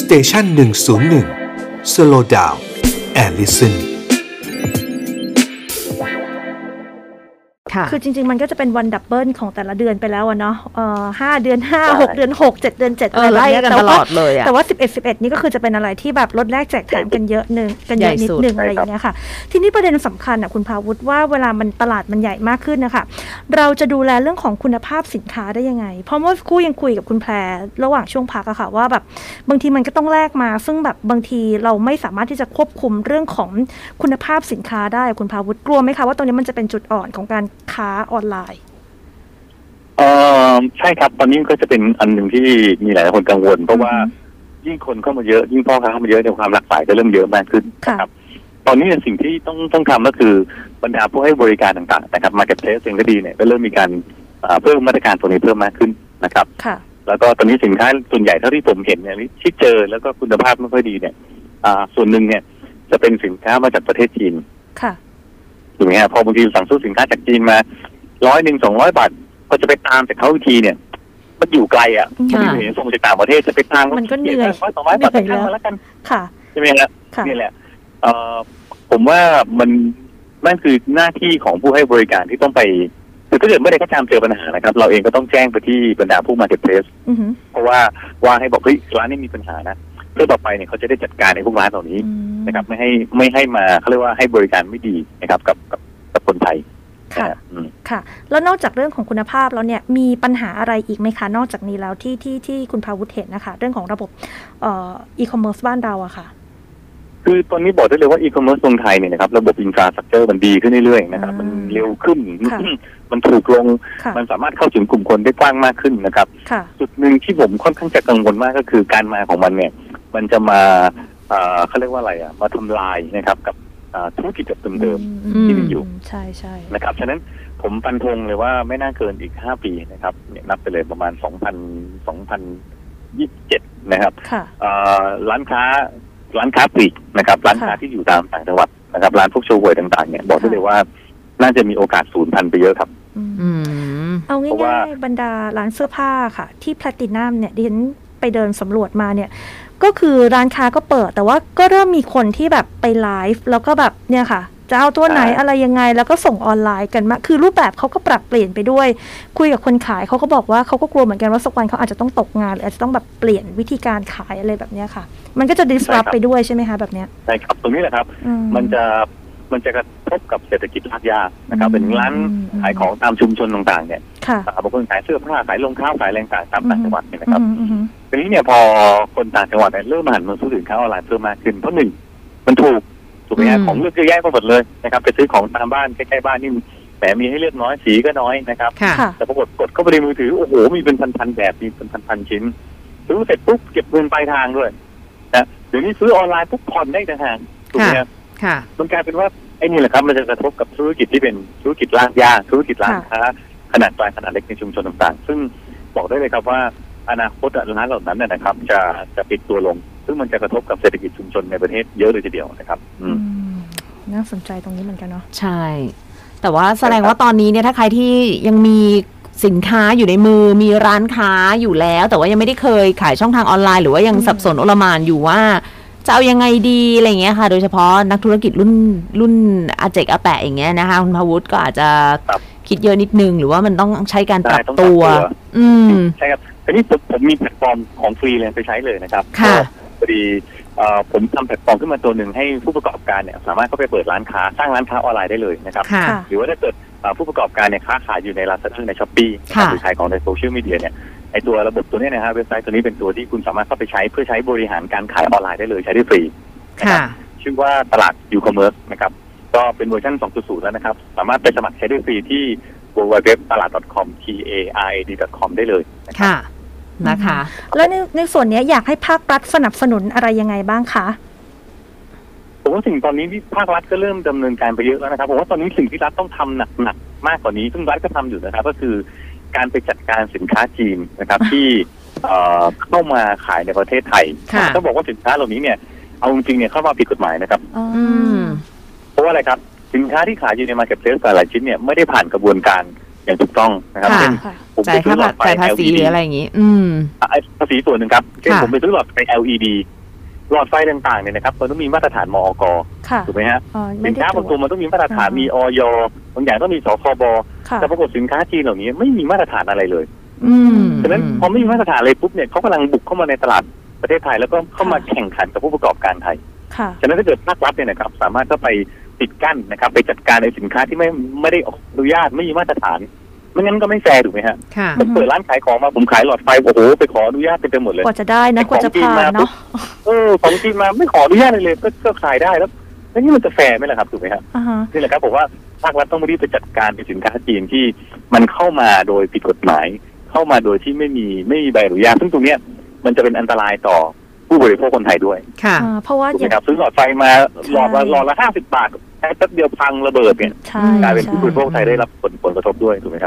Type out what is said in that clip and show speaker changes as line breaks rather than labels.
สเตชันหนึ่งศูนย์หนึ่งสโลดาวแอลลิสัน
ค่ะ
คือจริง ๆ มันก็จะเป็นวันดับเบิลของแต่ละเดือนไปแล้วอะเนาะเอ่อห้าเดือนห้าหกเดือนหกเจ็ดเดือนเจ็ด
เอ
อะ
อ
ไรแบ
ไล่
บเนี้ย
กัน
แต่
ตล
ว่า
อดเลยอะ
แต่ว่าสิบเอ็ดสิบเอ็ดนี่ก็คือจะเป็นอะไรที่แบบลดแลกแจกแถมกันเยอะหนึ่งกันเยอะนิด
ใหญ่สุด
นึงอะไรอย่างเงี้ยค่ะ ทีนี้ประเด็นสำคัญอะคุณภาวุฒิว่าเวลามันตลาดมันใหญ่มากขึ้นนะคะเราจะดูแลเรื่องของคุณภาพสินค้าได้ยังไง เพราะเมื่อสักครู่ยังคุยกับคุณแพรระหว่างช่วงพักอะค่ะว่าแบบบางทีมันก็ต้องแลกมา ซึ่งแบบบางทีเราไม่สามารถที่จะควบคุมเรื่องของคุณภาพสินค้าได้คุณภาวุฒิกลัวไหมคะว่าตรงนี้มันจะเป็นจุดอ่อนของการค้าออนไลน์
เออใช่ครับ ตอนนี้ก็จะเป็นอันหนึ่งที่มีหลายคนกังวล เพราะว่ายิ่งคนเข้ามาเยอะ ยิ่งพ่อค้าเข้ามาเยอะในยความหลากหลายก็เริ่มเยอะมากขึ้น
ค่ะ
นะครับ ตอนนี้เนี่ยสิ่งที่ต้องต้องทำก็คือบรรดาผู้ให้บริการต่างๆ นะครับมาเก็ตเพลสเองก็ดีเนี่ยก็เริ่มมีการเอ่อเพิ่มมาตรการตัวนี้เพิ่มมากขึ้นนะครับ
ค่ะ
แล้วก็ตอนนี้สินค้าส่วนใหญ่เท่าที่ผมเห็นเนี่ยที่เจอแล้วก็คุณภาพไม่ค่อยดีเนี่ยอ่าส่วนหนึ่งเนี่ยจะเป็นสินค้ามาจากประเทศจีน
ค่ะ
ถูกไหมฮะพอบางทีสั่งซื้อสินค้าจากจีนมาร้อยหนึ่งสองร้อยบาทก็จะไปตามจากเขาอีกทีเนี่ย มันอยู่ไกลอ่ะ
ค่ะ
ไม่ได้เห็นส่งจากต่างประเทศจะไปตาม
มันก็เหนื่อย
ร้อยสองร้อยบาทไปทางมาแล้วกัน
ค่ะ
ใช่ไหมฮะ
ค่ะ
นี่แหละเอ่อผมว่ามันนั่นคือหน้าที่ของผู้ให้บริการที่ต้องไปคือถ้าเกิดเมื่อใดก็ตามเจอปัญหานะครับ เราเองก็ต้องแจ้งไปที่บรรดาผู้มาเก็ตเพลส
อือหือ
เพราะว่าว่าให้บอกเฮ้ยร้านนี้มีปัญหานะเพื่อต่อไปเนี่ยเขาจะได้จัดการในพวกร้านเหล่านี้
อืม
นะครับ ไม่ให้ไม่ให้มาเขาเรียกว่าให้บริการไม่ดีนะครับ กับกับกับคนไทย
ค่ะ
นะฮะอืม
ค่ะ แล้วนอกจากเรื่องของคุณภาพแล้วเนี่ยมีปัญหาอะไรอีกไหมคะ นอกจากนี้แล้วที่ที่ที่คุณพาวุฒิเห็นนะคะ เรื่องของระบบเอีคอมเมิร์ซบ้านเราอะค่ะ
คือตอนนี้บอกได้เลยว่าอีคอมเมิร์ซเมืองไทยเนี่ยนะครับระบบอินฟราสตรักเจอร์มันดีขึ้นเรื่อยๆนะครับ
อ่ามั
มันเร็วขึ้น
ค่ะ
มันถูกลง
ค่ะ
มันสามารถเข้าถึงกลุ่มคนได้กว้างมากขึ้นนะครับ
ค่ะ
จุดหนึ่งที่ผมค่อนข้างจะกังวลมากก็คือการมาของมันเนี่ย มันจะมาเอ่อเขาเรียกว่าอะไรอ่ะมาทำลายนะครับกับเอ่อธุรกิจแบบเดิม
อืม
ที่มีอยู่
ใช่ใช่
ๆนะครับฉะนั้นผมฟันธงเลยว่าไม่น่าเกินอีก 5 ปีนะครับเนี่ยนับไปเลยประมาณ 2,000 2,027 นะครับ
ค่ะ
เอ่อร้านค้าร้านค้าปลีกนะครับร้านค้า
ค่ะ
ที่อยู่ตามต่างจังหวัดนะครับร้านพวกโชว์หวยต่างๆเนี่ยบอกได้เลยว่าน่าจะมีโอกาสสูญพันธุ์ไปเยอะครับ
อืม
อืม
เอา
เพราะ
ง่า
ว่า
ยๆบรรดาร้านเสื้อผ้าค่ะ ที่แพลตินัมเนี่ยดิฉันไปเดินสำรวจมาเนี่ย ก็คือร้านค้าก็เปิด แต่ว่าก็เริ่มมีคนที่แบบไปไลฟ์แล้วก็แบบเนี่ยค่ะ จะเอาตัวไหนอะไรยังไงแล้วก็ส่งออนไลน์กันมาคือรูปแบบเขาก็ปรับเปลี่ยนไปด้วย คุยกับคนขายเขาก็บอกว่าเขาก็กลัวเหมือนกันว่าสักวันเขาอาจจะต้องตกงานหรืออาจจะต้องแบบเปลี่ยนวิธีการขายอะไรแบบเนี้ยค่ะ มันก็จะ disrupt
ใช่ครับ
ไปด้วยใช่ไหมคะแบบเนี้ย
ใช่ครับตรงนี้แหละครับ
อื
มันจะมันจะกระทบกับเศรษฐกิจรากหญ้านะครับ
อืม
เป็นร้าน
อืม
ขายของตามชุมชนต่างๆเนี่ย
ค่ะ
อ่าบางคนขายเสื้อผ้าขายรองเท้าขายอะไรต่างๆตามต่างจังหวัดเนี่ยนะครับ
อืมอืม
ทีนี้เนี่ยพอคนต่างจังหวัดเนี่ยเริ่มหันมาซื้อสินค้าออนไลน์เพิ่มมากขึ้นเพราะหนึ่งมันถูกถูกไหมฮะ
อืม
ของเลือกเยอะแยะไปหมดเลยนะครับไปซื้อของตามบ้านใกล้ๆบ้านนี่แหมมีให้เลือกน้อยสีก็น้อยนะครับ
ค่ะ
ค่ะ
แต่ปรากฏกดเข้าไปในมือถือ โอ้โห มีเป็นพันๆแบบมีเป็นพันๆชิ้น ซื้อเสร็จปุ๊บเก็บเงินปลายทางด้วยนะเดี๋ยวนี้ซื้อออนไลน์ปุ๊บผ่อนได้อีกต่างหากถูกไหมครับ
ค่ะ
มันกลายเป็นว่าไอ้นี่แหละครับ มันจะกระทบกับธุรกิจที่เป็นธุรกิจร้านยาธุรกิจร้านค้าขนาดกลางขนาดเล็กในชุมชนต่างๆ ซึ่งบอกได้เลยครับว่าอนาคตอะร้านเหล่านั้นเนยนะครับ จะจะปิดตัวลง ซึ่งมันจะกระทบกับเศรษฐกิจชุมชนในประเทศเยอะเลยทีเดียวนะครับ อื
อื
ม
มน่าสนใจตรงนี้เหมือนกันเนาะ
ใช่ แต่ว่าแสดงว่าตอนนี้เนี่ยถ้าใครที่ยังมีสินค้าอยู่ในมือมีร้านค้าอยู่แล้ว แต่ว่ายังไม่ได้เคยขายช่องทางออนไลน์ หรือว่ายัง
อืม
สับสนโอลหมานอยู่ว่า จะเอายังไงดีอะไรอย่างเงี้ยค่ะ โดยเฉพาะนักธุรกิจรุ่นรุ่นอาเจกอาแปะอย่างเงี้ยนะคะคุณพาวุฒิก็อาจจะ
ครับ
คิดเยอะนิดนึง หรือว่ามันต้องใช้การปรับ
ใช่ต้องปรับตั
ตัว
ว
อืม
ใช่ครับทีนี้ผมผมมีแพลตฟอร์มของฟรีเลยไปใช้เลยนะครับ
ค่ะ
พอดีเอ่อผมทำแพลตฟอร์มขึ้นมาตัวหนึ่งให้ผู้ประกอบการเนี่ยสามารถเข้าไปเปิดร้านค้าสร้างร้านค้าออนไลน์ได้เลยนะครับ
ค่ะ
ค่ะ
หรือว่าถ้าเกิดเอ่อผู้ประกอบการเนี่ยค้าขายอยู่ใน Lazada ใน Shopee นะครับ
ค่ะ
หรือขายของในโซเชียลมีเดียเนี่ยไอตัวระบบตัวเนี้ยนะฮะเว็บไซต์ตัวนี้เป็นตัวที่คุณสามารถเข้าไปใช้เพื่อใช้บริหารการขายออนไลน์ได้เลยใช้ได้ฟรี
ค่ะ
ชื่อว่าตลาดยูคอมเมิร์ซนะครับ ก็เป็นเวอร์ชัน2.0 แล้วนะครับ สามารถไปสมัครใช้ได้ฟรีที่ www ตลาด .com t a i d .com ได้เลยนะครับ
ค่ะ นะคะ
แล้วในในส่วนเนี้ยอยากให้ภาครัฐสนับสนุนอะไรยังไงบ้างคะ
ผมว่าสิ่งตอนนี้ที่ภาครัฐก็เริ่มดำเนินการไปเยอะแล้วนะครับผมว่าตอนนี้สิ่งที่รัฐต้องทำหนักๆมากกว่านี้ ซึ่งรัฐก็ทำอยู่นะครับ ก็คือการไปจัดการสินค้าจีนนะครับ ที่เอ่อเข้ามาขายในประเทศไทย
ค่ะ
ต้องบอกว่าสินค้าเหล่านี้เนี่ยเอาจริงๆเนี่ยเข้ามาผิดกฎหมายนะครับ
อืม
เพราะว่าอะไรครับสินค้าที่ขายอยู่ในมาร์เก็ตเพลสหลายๆชิ้นเนี่ยไม่ได้ผ่านกระบวนการอย่างถูกต้องนะครับ
ค่ะ
เช่น
ค่ะ
ผมไป
จ่าย
ซื้
ค่า
อหลอดไฟ
จ่ายภาษีห
LED
รืออะไรอย่างงี้ อืม
อ่ะไอ้ภาษีส่วนหนึ่งครับเช่น
ค่ะ
ผมไปซื้อหลอดไฟ LED หลอดไฟต่างๆเนี่ยนะครับมันต้องมีมาตรฐานมอก
ค่ะ
ถูกไหมฮะ
อ๋อไม่
สิน
ได้
ค้า
ตร
บาง
ว
ตัว
จ
มันต้องมีมาตรฐานมีออยบางอย่างต้องมีสคบ
ค่ะ
แต่ปรากฏสินค้าจีนเหล่านี้ไม่มีมาตรฐานอะไรเลย
อืม
ฉะนั้นพอไม่มีมาตรฐานเลยปุ๊บเนี่ยเขากำลังบุกเข้ามาในตลาดประเทศไทยแล้วก็เข้ามาแข่งขันกับผู้ประกอบการไทย
ค่ะ
ฉะนั้นถ้าเกิดภาครัฐเนี่ยนะครับสามารถเข้าไปปิดกั้นนะครับ ไปจัดการในสินค้าที่ไม่ไม่ได้อนุญาตไม่มีมาตรฐานไม่งั้นก็ไม่แฟร์ถูกไหมฮะ
ค่ะ
ผมเปิดร้านขายของมาผมขายหลอดไฟโอ้โหไปขออนุญาตเต็มไปหมดเลย
กว่าจะได้นะกว่าจะผ่านเนาะ
เออของจีนมาไม่ขออนุญาตเลยเลยก็ก็ขายได้แล้วแล้วนี่มันจะแฟร์ไหมล่ะครับถูกไหมฮะ
อ่าฮะ
นี่แหละครับผมว่าภาครัฐต้องรีบไปจัดการในสินค้าจีนที่มันเข้ามาโดยผิดกฎหมาย เข้ามาโดยที่ไม่มีไม่มีใบอนุญาตซึ่งตรงเนี้ยมันจะเป็นอันตรายต่อผู้บริโภคคนไทยด้วย
ค่ะ
อ่าเพราะว่า
ถูก
อ
ไหม
ย่าง
ครับซื้อหลอดไฟมาหลอดละ
ใช่
หลอดละห้าสิบบาทแค่แป๊บเดียวพังระเบิดเนี่ย
ใช่
กลายเป็น
ใช่
ผู้บริโภคไทยได้รับผลผลกระทบด้วยถูกไหมครับ